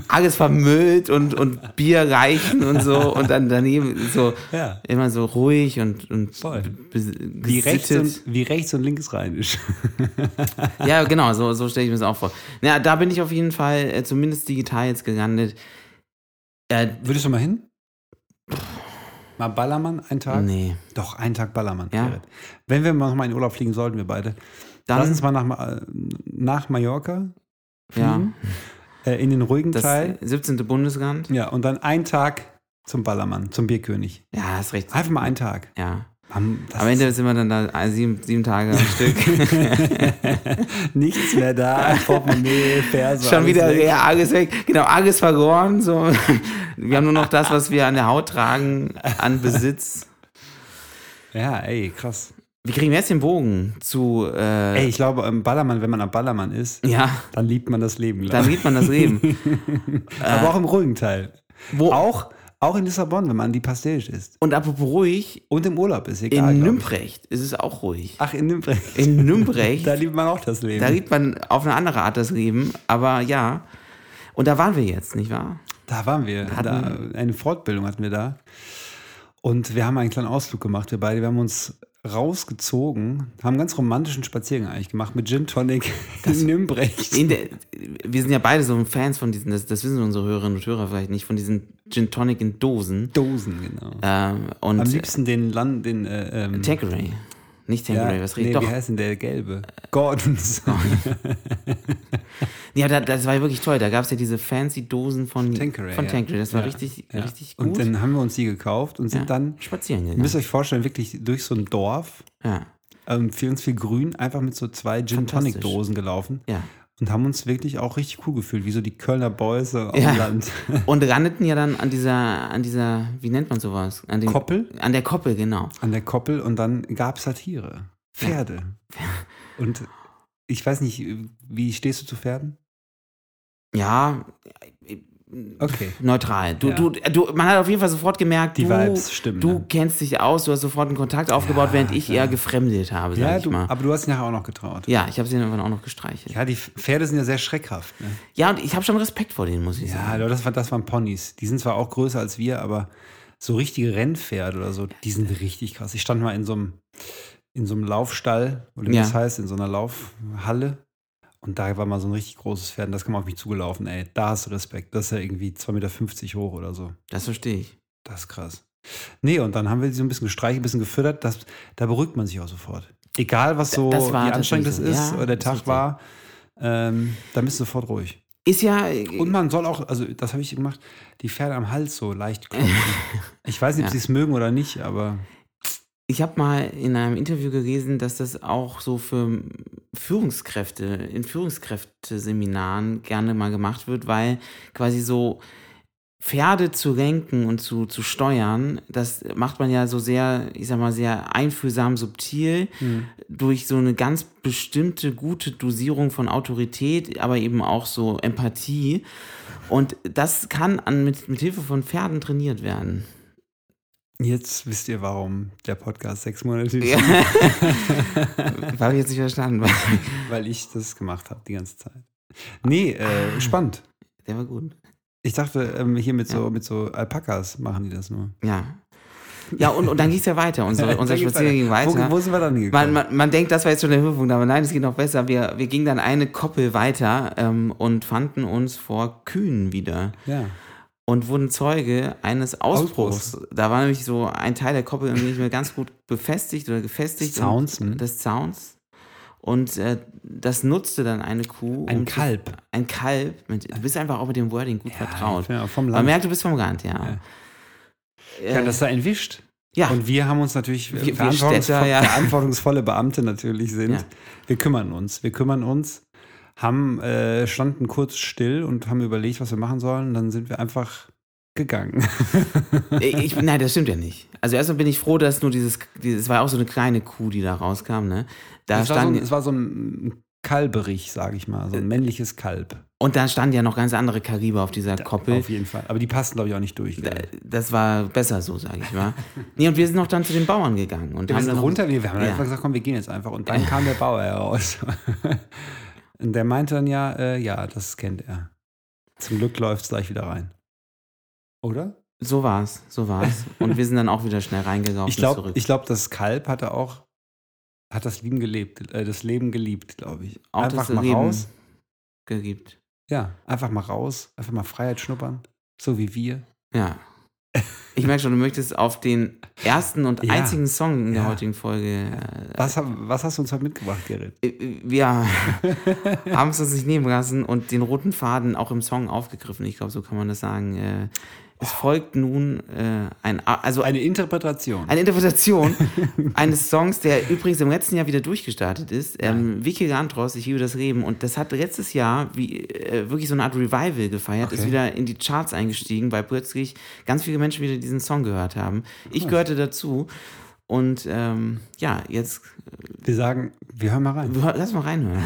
B: alles vermüllt und, und Bier reichen und so und dann daneben so
C: Ja.
B: immer so ruhig und, und
C: Voll.
B: be- be-
C: Wie rechts, und,
B: gesittet.
C: wie rechts und links rheinisch.
B: Ja, genau, so, so stelle ich mir das auch vor. Ja, da bin ich auf jeden Fall äh, zumindest digital jetzt gelandet. Äh,
C: Würdest du mal hin? Mal Ballermann, einen Tag?
B: Nee.
C: Doch, einen Tag Ballermann.
B: Ja.
C: Gerrit. Wenn wir noch mal in Urlaub fliegen sollten, wir beide.
B: Dann-
C: Lass uns mal nach, Ma- äh, nach Mallorca
B: Ja.
C: fliegen, äh, in den ruhigen
B: Das äh,
C: Teil.
B: 17. Bundesland.
C: Ja, und dann einen Tag zum Ballermann, zum Bierkönig.
B: Ja, hast recht.
C: Einfach mal einen Tag.
B: Ja.
C: Mann, das
B: Am Ende sind wir dann da äh, sieben, sieben Tage am Stück.
C: ist nichts mehr da. Portemonnaie, Ferse.
B: Schon
C: alles
B: wieder,
C: weg.
B: ja, Arges weg. Genau, Arges vergoren. So. Wir haben nur noch das, was wir an der Haut tragen, an Besitz.
C: Ja, ey, krass.
B: Wie kriegen wir jetzt den Bogen zu, äh,
C: Ey, ich glaube, im Ballermann, wenn man am Ballermann ist,
B: ja,
C: dann liebt man das Leben. glaub
B: dann
C: ich.
B: sieht man das Leben.
C: Aber auch im ruhigen Teil.
B: Wo,
C: Auch, auch in Lissabon, wenn man die Pastilles isst.
B: und apropos ruhig,
C: Und im Urlaub ist
B: in
C: egal. glaub ich.
B: Nümprecht ist es auch ruhig.
C: Ach, in Nymprecht.
B: In Nümprecht,
C: Da liebt man auch das Leben.
B: da sieht man auf eine andere Art das Leben, aber ja. Und da waren wir jetzt, nicht wahr?
C: Da waren wir.
B: Hatten-
C: da, eine Fortbildung hatten wir da. Und wir haben einen kleinen Ausflug gemacht, wir beide. Wir haben uns rausgezogen, haben einen ganz romantischen Spaziergang eigentlich gemacht mit Gin Tonic in Nümbrecht.
B: In der, wir sind ja beide so Fans von diesen, das, das wissen unsere Hörerinnen und Hörer vielleicht nicht, von diesen Gin Tonic in Dosen.
C: Dosen, genau.
B: Ähm,
C: Am
B: und
C: liebsten den Land, den. Äh, ähm,
B: Tanqueray. Nicht
C: ja,
B: Tanqueray, was
C: nee,
B: redet
C: Wie
B: doch. Oh,
C: heißt denn der gelbe? Gordons.
B: Ja, da, das war wirklich toll. Da gab es ja diese fancy Dosen von
C: Tanqueray,
B: Von
C: ja.
B: Tanqueray. Das war
C: Ja,
B: richtig,
C: ja.
B: richtig gut.
C: Und dann haben wir uns die gekauft und sind
B: ja,
C: dann,
B: spazieren
C: ihr
B: gegangen.
C: müsst euch vorstellen, wirklich durch so ein Dorf,
B: Ja,
C: ähm, viel uns viel Grün, einfach mit so zwei Gin Tonic
B: Fantastisch.
C: Dosen gelaufen.
B: ja.
C: Und haben uns wirklich auch richtig cool gefühlt, wie so die Kölner Bäuse auf
B: Ja.
C: dem Land.
B: Und landeten ja dann an dieser, an dieser, wie nennt man sowas? An dem,
C: Koppel?
B: An der Koppel, genau.
C: An der Koppel und dann gab es halt Tiere. Pferde. Und ich weiß nicht, wie stehst du zu Pferden?
B: Ja,
C: Okay.
B: neutral. Du,
C: Ja.
B: du, äh, du, man hat auf jeden Fall sofort gemerkt,
C: Die
B: du,
C: Vibes stimmen.
B: du
C: ne?
B: kennst dich aus, du hast sofort einen Kontakt aufgebaut,
C: Ja,
B: während ich
C: ja.
B: eher gefremdet habe, sag
C: ja,
B: ich
C: du,
B: mal.
C: aber du hast ihn nachher auch noch getraut.
B: Ja, ich habe sie dann irgendwann auch noch gestreichelt. Ja,
C: Ja, die Pferde sind ja sehr schreckhaft. Ne?
B: und ich habe schon Respekt vor denen, muss ich
C: Ja,
B: sagen.
C: aber das, war, das waren Ponys. Die sind zwar auch größer als wir, aber so richtige Rennpferde oder so, die sind richtig krass. Ich stand mal in so einem, in so einem Laufstall, oder wie
B: Ja.
C: das heißt, in so einer Laufhalle. Und da war mal so ein richtig großes Pferd und das kam auf mich zugelaufen. Ey, da hast du Respekt. Das ist ja irgendwie 2,50 Meter hoch oder so.
B: Das verstehe ich.
C: Das ist krass. Nee, und dann haben wir sie so ein bisschen gestreichelt, ein bisschen gefüttert. Das, da beruhigt man sich auch sofort. Egal, was so,
B: das war
C: wie anstrengend das
B: tatsächlich
C: ist
B: so. Ja,
C: oder der
B: das
C: Tag
B: ist
C: war, ähm, dann bist du sofort ruhig.
B: Ist ja. äh,
C: Und man soll auch, also das habe ich gemacht, die Pferde am Hals so leicht klopfen. Ich weiß nicht, ob
B: Ja.
C: sie es mögen oder nicht, aber
B: Ich habe mal in einem Interview gelesen, dass das auch so für Führungskräfte, in Führungskräfteseminaren gerne mal gemacht wird, weil quasi so Pferde zu lenken und zu, zu steuern, das macht man ja so sehr, ich sag mal, sehr einfühlsam, subtil, durch so eine ganz bestimmte gute Dosierung von Autorität, aber eben auch so Empathie. Und das kann an, mit, mit Hilfe von Pferden trainiert werden.
C: jetzt wisst ihr, warum der Podcast sechs Monate ist,
B: Ja. Habe ich jetzt nicht verstanden.
C: weil ich das gemacht habe die ganze Zeit. Nee,
B: Ah.
C: äh, spannend.
B: Der war gut.
C: Ich dachte, ähm, hier mit so, mit so Alpakas machen die das nur.
B: Ja. Ja, und, und dann ging es ja weiter. Unsere, unser
C: Dann geht's
B: Spaziergang ging
C: Wo, wo
B: weiter.
C: sind wir dann
B: Man,
C: hingekommen?
B: man, man denkt, das war jetzt schon der Höhepunkt, aber nein, es geht noch besser. Wir, wir gingen dann eine Koppel weiter ähm, und fanden uns vor Kühen wieder
C: ja.
B: und wurden Zeuge eines Ausbruchs. Da war nämlich so ein Teil der Koppel irgendwie nicht mehr ganz gut befestigt oder gefestigt.
C: Des Zauns,
B: und-
C: ne?
B: Des Zauns. Und äh, das nutzte dann eine Kuh.
C: Ein
B: um zu-
C: Kalb.
B: Ein Kalb. Mensch, Du bist einfach auch mit dem Wording gut vertraut.
C: Ja, vom
B: Man
C: Land.
B: merkt, äh, du bist vom Rand, ja. Ja,
C: ja, das da entwischt.
B: ja.
C: Und wir haben uns natürlich,
B: Wir- wir
C: verantwortungsvoll,
B: Städter, ja.
C: verantwortungsvolle Beamte natürlich sind,
B: Ja.
C: wir kümmern uns. Wir kümmern uns, haben, äh, standen kurz still und haben überlegt, was wir machen sollen. Dann sind wir einfach gegangen.
B: äh, Ich, nein, das stimmt ja nicht. Also erstmal bin ich froh, dass nur dieses, dieses, es war auch so eine kleine Kuh, die da rauskam, ne? Da
C: es, war so,
B: stand, Äh,
C: ein- es war so ein Kalberich, sage ich mal, so ein männliches Kalb.
B: und da standen ja noch ganz andere Kariber auf dieser Koppel. Äh,
C: Auf jeden Fall. Aber die passen, glaube ich, auch nicht durch. gell?
B: das war besser so, sage ich mal. nee, und wir sind noch dann zu den Bauern gegangen. Und
C: Wir
B: haben
C: sind
B: dann noch-
C: runter, wir wir haben
B: Ja.
C: einfach gesagt, komm, wir gehen jetzt einfach. Und dann kam der Bauer heraus. und der meinte dann ja, äh, ja, das kennt er. Zum Glück läuft es gleich wieder rein. Oder?
B: So war's, so war's. Und wir sind dann auch wieder schnell reingelaufen
C: Ich glaube,
B: zurück.
C: ich glaub, das Kalb hatte auch, hat das Leben gelebt, äh, das Leben geliebt, glaube ich.
B: auch
C: einfach
B: das
C: mal
B: Leben
C: raus.
B: gegibt.
C: Ja, einfach mal raus, einfach mal Freiheit schnuppern. So wie wir.
B: Ja. Ich merke schon, du möchtest auf den ersten und
C: Ja.
B: einzigen Song in der
C: Ja.
B: heutigen Folge. äh,
C: Was, haben- was hast du uns heute mitgebracht, Gerrit?
B: äh, Wir haben es uns nicht nehmen lassen und den roten Faden auch im Song aufgegriffen. Ich glaube, so kann man das sagen. Äh, Es folgt nun äh, ein, A- also
C: Eine Interpretation.
B: eine Interpretation eines Songs, der übrigens im letzten Jahr wieder durchgestartet ist. Ähm, Vicky Gantros, ich liebe das Leben. Und das hat letztes Jahr wie, äh, wirklich so eine Art Revival gefeiert, ist
C: Okay.
B: wieder in die Charts eingestiegen, weil plötzlich ganz viele Menschen wieder diesen Song gehört haben. Ich gehörte dazu. Und ähm, ja, jetzt
C: Wir sagen, wir hören mal rein.
B: hör- lass mal reinhören.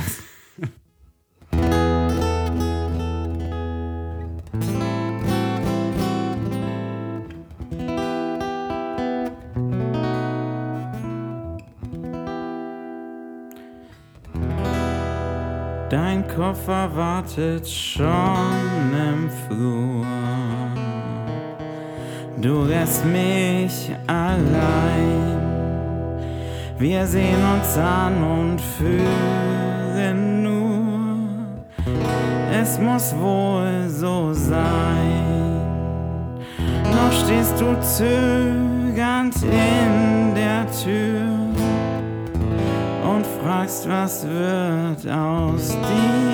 B: Dein Koffer wartet schon im Flur. Du lässt mich allein. Wir sehen uns an und fühlen nur. Es muss wohl so sein. Noch stehst du zögernd in der Tür und fragst, was wird aus dir.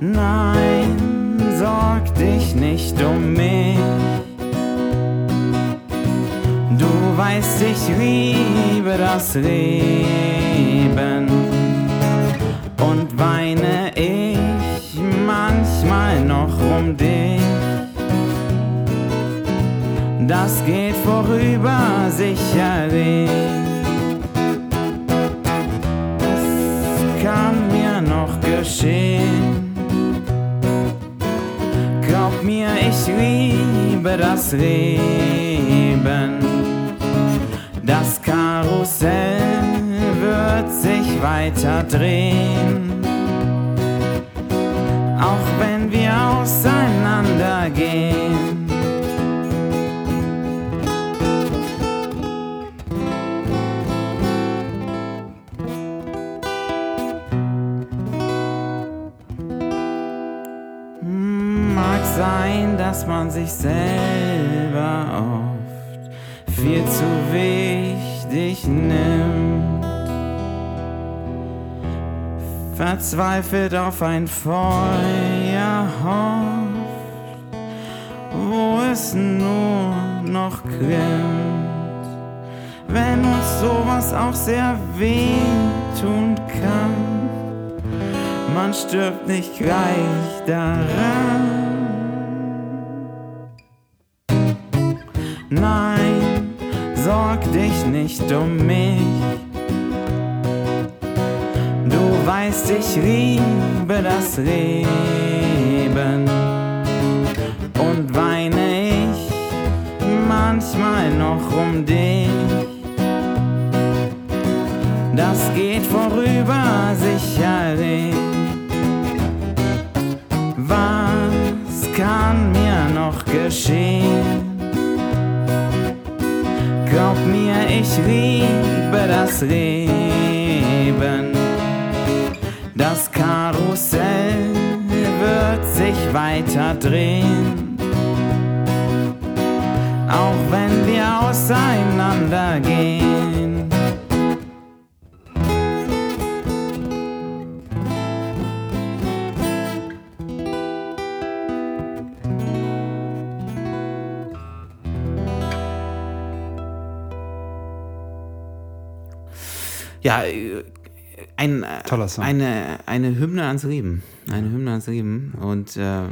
B: Nein, sorg dich nicht um mich. Du weißt, ich liebe das Leben und weine ich manchmal noch um dich. Das geht vorüber, sicherlich. Das kann mir noch geschehen. Glaub mir, ich liebe das Leben. Das Karussell wird sich weiter drehen. Auch wenn wir auseinandergehen. Mag sein, dass man sich selber oft viel zu wichtig nimmt. Verzweifelt auf ein Feuer hofft, wo es nur noch glimmt. Wenn uns sowas auch sehr weh tun kann, man stirbt nicht gleich daran. Nein, sorg dich nicht um mich. Du weißt, ich liebe das Leben und weine ich manchmal noch um dich. Das geht vorüber, sicherlich. Was kann mir noch geschehen? Glaub mir, ich liebe das Leben. Das Karussell wird sich weiter drehen. Auch wenn wir auseinandergehen. Ja, äh, ein, äh,
C: Toller Song.
B: Eine, eine Hymne ans Leben. Eine Hymne ans Leben. Und äh,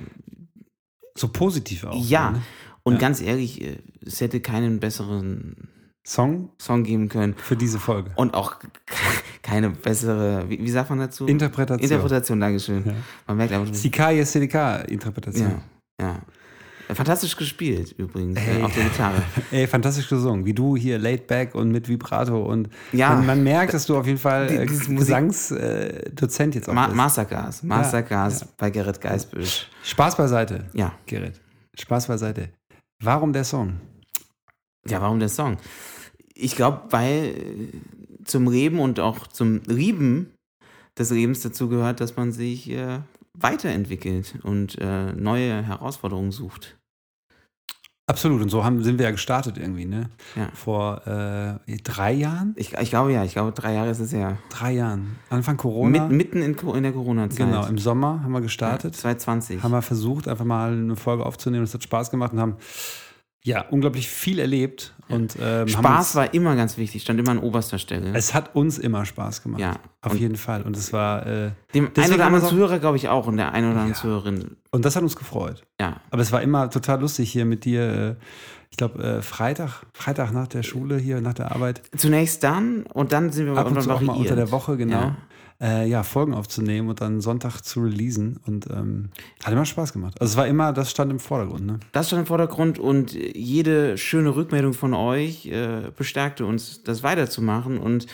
C: So positiv auch.
B: ja,
C: Ne?
B: und
C: Ja.
B: ganz ehrlich, äh, es hätte keinen besseren
C: Song
B: Song geben können.
C: für diese Folge.
B: Und auch keine bessere, wie, wie sagt man dazu?
C: Interpretation.
B: Interpretation, Dankeschön.
C: Ja.
B: Man merkt einfach schon.
C: Sikaye Sedeka Interpretation.
B: Ja, ja. Fantastisch gespielt übrigens,
C: Hey.
B: äh, auf der Gitarre.
C: Ey, fantastisch gesungen. Wie du hier laid back und mit Vibrato und
B: Ja.
C: man, man merkt, dass du auf jeden Fall äh,
B: dieses Musik-
C: Gesangsdozent äh, Dozent jetzt auch
B: Ma
C: bist.
B: Mastergas, Mastergas bei Gerrit Geisbüsch.
C: Spaß beiseite,
B: Ja.
C: Gerrit. Spaß beiseite. Warum der Song?
B: Ja, warum der Song? Ich glaube, weil äh, zum Leben und auch zum Lieben des Lebens dazu gehört, dass man sich äh, weiterentwickelt und äh, neue Herausforderungen sucht.
C: Absolut. Und so haben, sind wir ja gestartet irgendwie, ne?
B: Ja.
C: Vor äh, drei Jahren?
B: Ich, ich glaube ja, ich glaube drei Jahre ist es ja.
C: Drei Jahren. Anfang Corona.
B: Mit, mitten in, Co- in der Corona-Zeit.
C: genau, im Sommer haben wir gestartet.
B: 2020.
C: haben wir versucht, einfach mal eine Folge aufzunehmen. Es hat Spaß gemacht und haben ja unglaublich viel erlebt. Und, ähm, haben
B: Spaß war immer ganz wichtig, stand immer an oberster Stelle.
C: uns, es hat uns immer Spaß gemacht.
B: Ja.
C: Auf
B: Und-
C: jeden Fall. Und es war äh,
B: Dem
C: deswegen
B: einen oder
C: haben
B: anderen
C: wir's auch-
B: Zuhörer, glaube ich, auch und der einen oder anderen
C: Ja.
B: Zuhörerin.
C: und das hat uns gefreut.
B: Ja.
C: Aber es war immer total lustig hier mit dir. Äh, ich glaube äh, Freitag, Freitag nach der Schule hier nach der Arbeit.
B: Zunächst dann und dann sind wir
C: ab und
B: irgendwann
C: zu auch mal unter
B: variiert.
C: der Woche, genau.
B: Ja.
C: Ja. Äh, ja, Folgen aufzunehmen und dann Sonntag zu releasen. Und ähm, hat immer Spaß gemacht. Also es war immer, das stand im Vordergrund. Ne?
B: Das stand im Vordergrund und jede schöne Rückmeldung von euch äh, bestärkte uns, das weiterzumachen. Und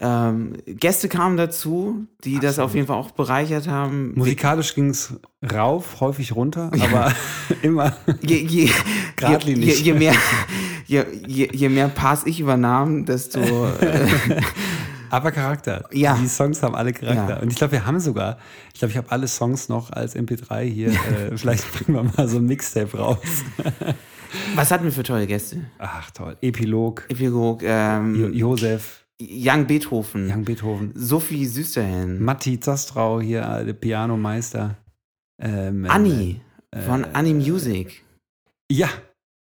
B: ähm, Gäste kamen dazu, die das auf jeden Fall auch bereichert haben.
C: Musikalisch ging es rauf, häufig runter, aber immer.
B: Je, je, je, je,
C: Gradlinig.
B: je mehr, je, je, je mehr Pass ich übernahm, desto äh,
C: Aber Charakter.
B: Ja.
C: Die Songs haben alle Charakter.
B: Ja.
C: Und ich glaube, wir haben sogar, ich glaube, ich habe alle Songs noch als MP3 hier. äh, vielleicht bringen wir mal so ein Mixtape raus.
B: was hatten wir für tolle Gäste?
C: Ach toll. Epilog,
B: Epilog,
C: jo
B: ähm,
C: Josef,
B: Young Beethoven,
C: Young Beethoven,
B: Sophie Süsterhen,
C: Matti Zastrau hier, äh, der Pianomeister. Ähm, äh,
B: Anni
C: äh,
B: von Anni Music
C: Ja,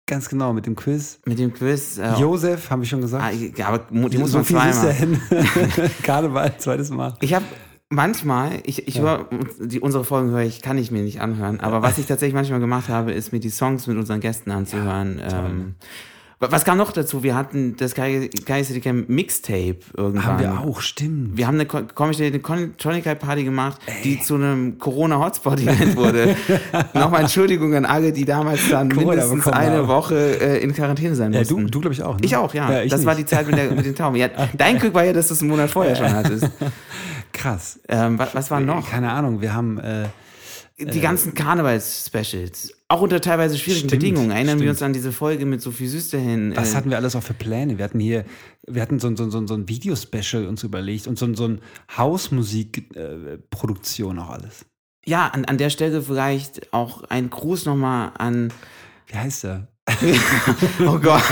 C: ganz genau, mit dem Quiz.
B: mit dem Quiz. Äh,
C: Josef, habe ich schon
B: ah,
C: gesagt.
B: ich- aber mu- die muss
C: so
B: man
C: viel ist
B: zweimal.
C: dahin. Karneval, zweites Mal.
B: Ich habe manchmal, ich, ich höre, die, unsere Folgen höre ich, kann ich mir nicht anhören, aber was ich tatsächlich manchmal gemacht habe, ist mir die Songs mit unseren Gästen anzuhören. ähm, wa- was kam noch dazu? Wir hatten das Kai Kai City Camp Mixtape irgendwann.
C: Haben wir auch, stimmt.
B: Wir haben eine Ko- komische eine Tonicai Party gemacht, die zu einem Corona Hotspot Event wurde. Nochmal Entschuldigung an alle, die damals dann
C: Corona
B: mindestens
C: bekommen
B: eine
C: haben.
B: Woche äh, in Quarantäne sein
C: Ja,
B: mussten.
C: du, du glaube ich auch. Ne?
B: ich auch, ja.
C: ich
B: das war die
C: nicht.
B: Zeit mit, der, mit den Tauben. Ja, dein Glück war ja, dass du es einen Monat vorher schon hattest.
C: krass.
B: Ähm, was, was war noch?
C: Keine Ahnung, wir haben äh,
B: Die ganzen Karnevals-Specials. Auch unter teilweise schwierigen
C: Stimmt,
B: Bedingungen. Erinnern wir
C: stimmt.
B: uns an diese Folge mit Sophie Süsterhin. äh,
C: Was hatten wir alles auch für Pläne? Wir hatten hier, wir hatten so, ein- so, ein- so, ein- so ein Videospecial uns überlegt und so, ein- so ein Hausmusikproduktion auch alles.
B: ja, an, an der Stelle vielleicht auch ein Gruß nochmal an.
C: Wie heißt der?
B: Oh Gott.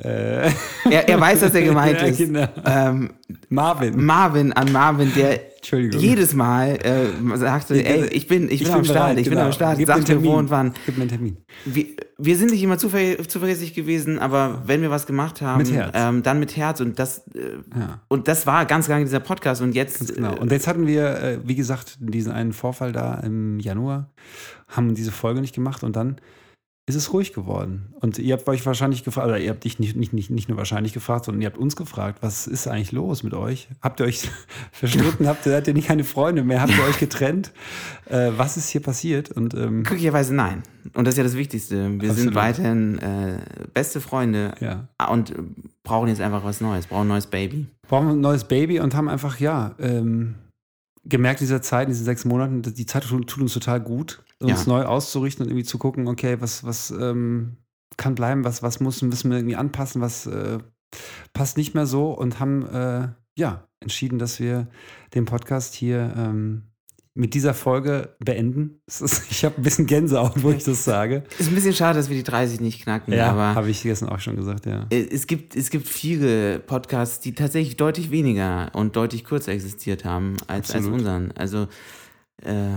C: Äh,
B: er, er weiß, dass er gemeint
C: Ja,
B: ist.
C: genau.
B: Ähm,
C: Marvin.
B: Marvin an Marvin, der
C: Entschuldigung.
B: jedes Mal äh, sagte,
C: also
B: ey, ich bin, ich bin am Start,
C: bereit,
B: ich bin
C: genau.
B: am Start,
C: Gib mir einen
B: sag mir wo
C: Termin.
B: und wann.
C: Gib mir einen Termin.
B: Wir, wir sind nicht immer zuver zuverlässig gewesen, aber wenn wir was gemacht haben,
C: Mit Herz.
B: Ähm, dann mit Herz und das äh,
C: Ja,
B: und das war ganz lange dieser Podcast und jetzt
C: genau. Und jetzt hatten wir, äh, wie gesagt, diesen einen Vorfall da im Januar, haben diese Folge nicht gemacht und dann ist es ruhig geworden. Und ihr habt euch wahrscheinlich gefragt, oder ihr habt dich nicht, nicht, nicht, nicht nur wahrscheinlich gefragt, sondern ihr habt uns gefragt, was ist eigentlich los mit euch? Habt ihr euch verstritten? habt ihr, seid ihr nicht keine Freunde mehr? Habt ihr euch getrennt? Äh, was ist hier passiert? Und ähm,
B: glücklicherweise nein. Und das ist ja das Wichtigste. Wir sind
C: Absolut.
B: weiterhin äh, beste Freunde
C: ja.
B: und äh, brauchen jetzt einfach was Neues, brauchen ein neues Baby.
C: brauchen ein neues Baby und haben einfach, ja, ähm, gemerkt in dieser Zeit, in diesen sechs Monaten, die Zeit tut, tut uns total gut, uns
B: Ja.
C: neu auszurichten und irgendwie zu gucken, okay, was, was ähm, kann bleiben, was, was muss, müssen wir irgendwie anpassen, was äh, passt nicht mehr so und haben, äh, ja, entschieden, dass wir den Podcast hier ähm, mit dieser Folge beenden. Es ist, ich habe ein bisschen Gänsehaut, wo ich das sage.
B: Ist ein bisschen schade, dass wir die 30 nicht knacken, aber
C: habe ich gestern auch schon gesagt, ja.
B: Äh, Es gibt, es gibt viele Podcasts, die tatsächlich deutlich weniger und deutlich kürzer existiert haben als, als
C: Absolut.
B: unseren. Also äh,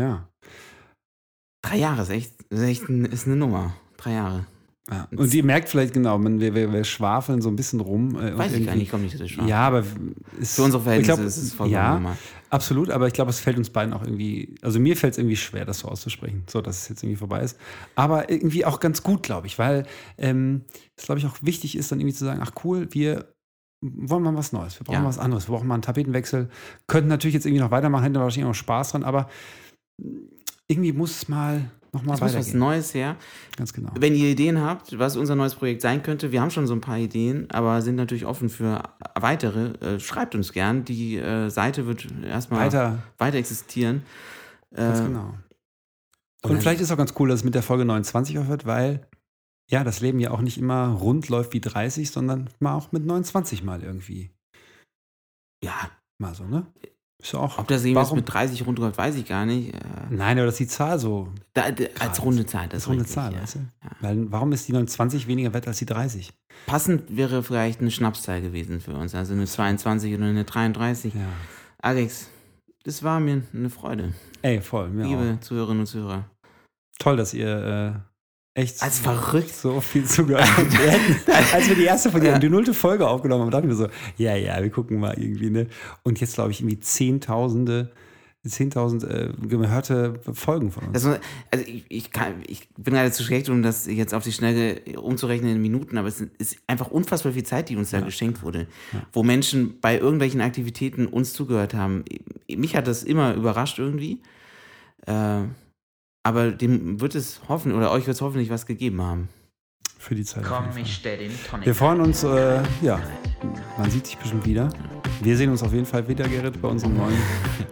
C: Ja.
B: drei Jahre ist echt, ist echt ein, ist eine Nummer. Drei Jahre. Ah.
C: ja. Und ihr merkt vielleicht genau, man- wir, wir, wir schwafeln so ein bisschen rum. äh, und
B: Weiß ich gar
C: irgendwie-
B: nicht, komme nicht das
C: Ja, aber ist,
B: Für unsere Verhältnisse
C: ich glaub,
B: ist es vollkommen
C: Ja,
B: normal.
C: absolut, aber ich glaube, es fällt uns beiden auch irgendwie, also mir fällt es irgendwie schwer, das so auszusprechen, so dass es jetzt irgendwie vorbei ist. Aber irgendwie auch ganz gut, glaube ich, weil ähm, es, glaube ich, auch wichtig ist, dann irgendwie zu sagen, ach cool, wir wollen mal was Neues, wir brauchen
B: Ja.
C: mal was anderes, wir brauchen mal einen Tapetenwechsel, könnten natürlich jetzt irgendwie noch weitermachen, hätten wir wahrscheinlich auch noch Spaß dran, aber irgendwie muss es mal nochmal
B: Es muss was
C: weitergehen.
B: Neues her.
C: Ganz genau.
B: Wenn ihr Ideen habt, was unser neues Projekt sein könnte, wir haben schon so ein paar Ideen, aber sind natürlich offen für weitere. Äh, schreibt uns gern. Die äh, Seite wird erstmal weiter,
C: Weiter,
B: existieren. Äh,
C: ganz genau.
B: dann-
C: Und vielleicht ist auch ganz cool, dass es mit der Folge 29 aufhört, weil ja, das Leben ja auch nicht immer rund läuft wie 30, sondern mal auch mit 29 mal irgendwie.
B: Ja,
C: Mal so, ne? Ist auch.
B: Ob das eben jetzt
C: warum- Hm.
B: mit 30 rundläuft, weiß ich gar nicht. Äh,
C: Nein, aber dass die Zahl so.
B: Da, da, als runde Zahl, das
C: Das
B: ist
C: ist eine
B: richtig,
C: Zahl, also.
B: ja.
C: weißt du? Weil, warum ist die 29 weniger wert als die 30?
B: Passend wäre vielleicht eine Schnapszahl gewesen für uns, also eine 22 oder eine 33.
C: Ja.
B: Alex, das war mir eine Freude,
C: Ey, voll. Mir
B: liebe Zuhörerinnen und Zuhörer.
C: auch. Toll, dass ihr äh, echt
B: Als Also verrückt.
C: so viel zugehört habt. Wir hätten- Als wir die erste von die nullte Folge aufgenommen haben, dachten wir so, ja, ja, wir gucken mal irgendwie, ne? Und jetzt, glaube ich, irgendwie Zehntausende, Zehntausend äh, gehörte Folgen von uns.
B: Das, muss- also ich, ich, kann, ich bin leider zu schlecht, um das jetzt auf die Schnelle umzurechnen in Minuten, aber es ist einfach unfassbar viel Zeit, die uns da geschenkt wurde, wo Menschen bei irgendwelchen Aktivitäten uns zugehört haben. Mich hat das immer überrascht irgendwie, äh, aber dem wird es hoffen oder euch wird es hoffentlich was gegeben haben.
C: Für die Zeit. auf jeden
A: Komm,
C: Fall.
A: ich stell den Tonic.
C: Wir freuen uns, äh, ja, man sieht sich bestimmt wieder. Wir sehen uns auf jeden Fall wieder, Gerrit, bei unserem neuen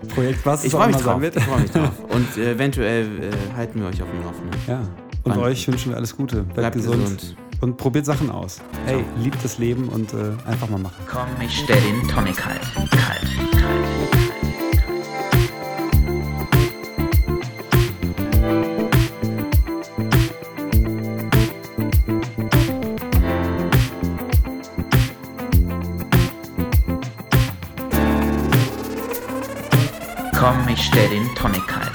C: Projekt, was
B: Ich
C: es auch
B: freue mich
C: immer sein
B: drauf.
C: wird.
B: Ich freue mich drauf. Und äh, eventuell äh, halten wir euch auf dem Laufenden.
C: Ja. Und
B: Danke.
C: euch wünschen wir alles Gute. Bleibt,
B: Bleibt
C: gesund.
B: gesund.
C: Und probiert Sachen aus. Hey, liebt das Leben und äh, einfach mal machen.
A: Komm, ich stell den Tonic halt. Kalt, kalt. Komm, ich stell den Tonic halt.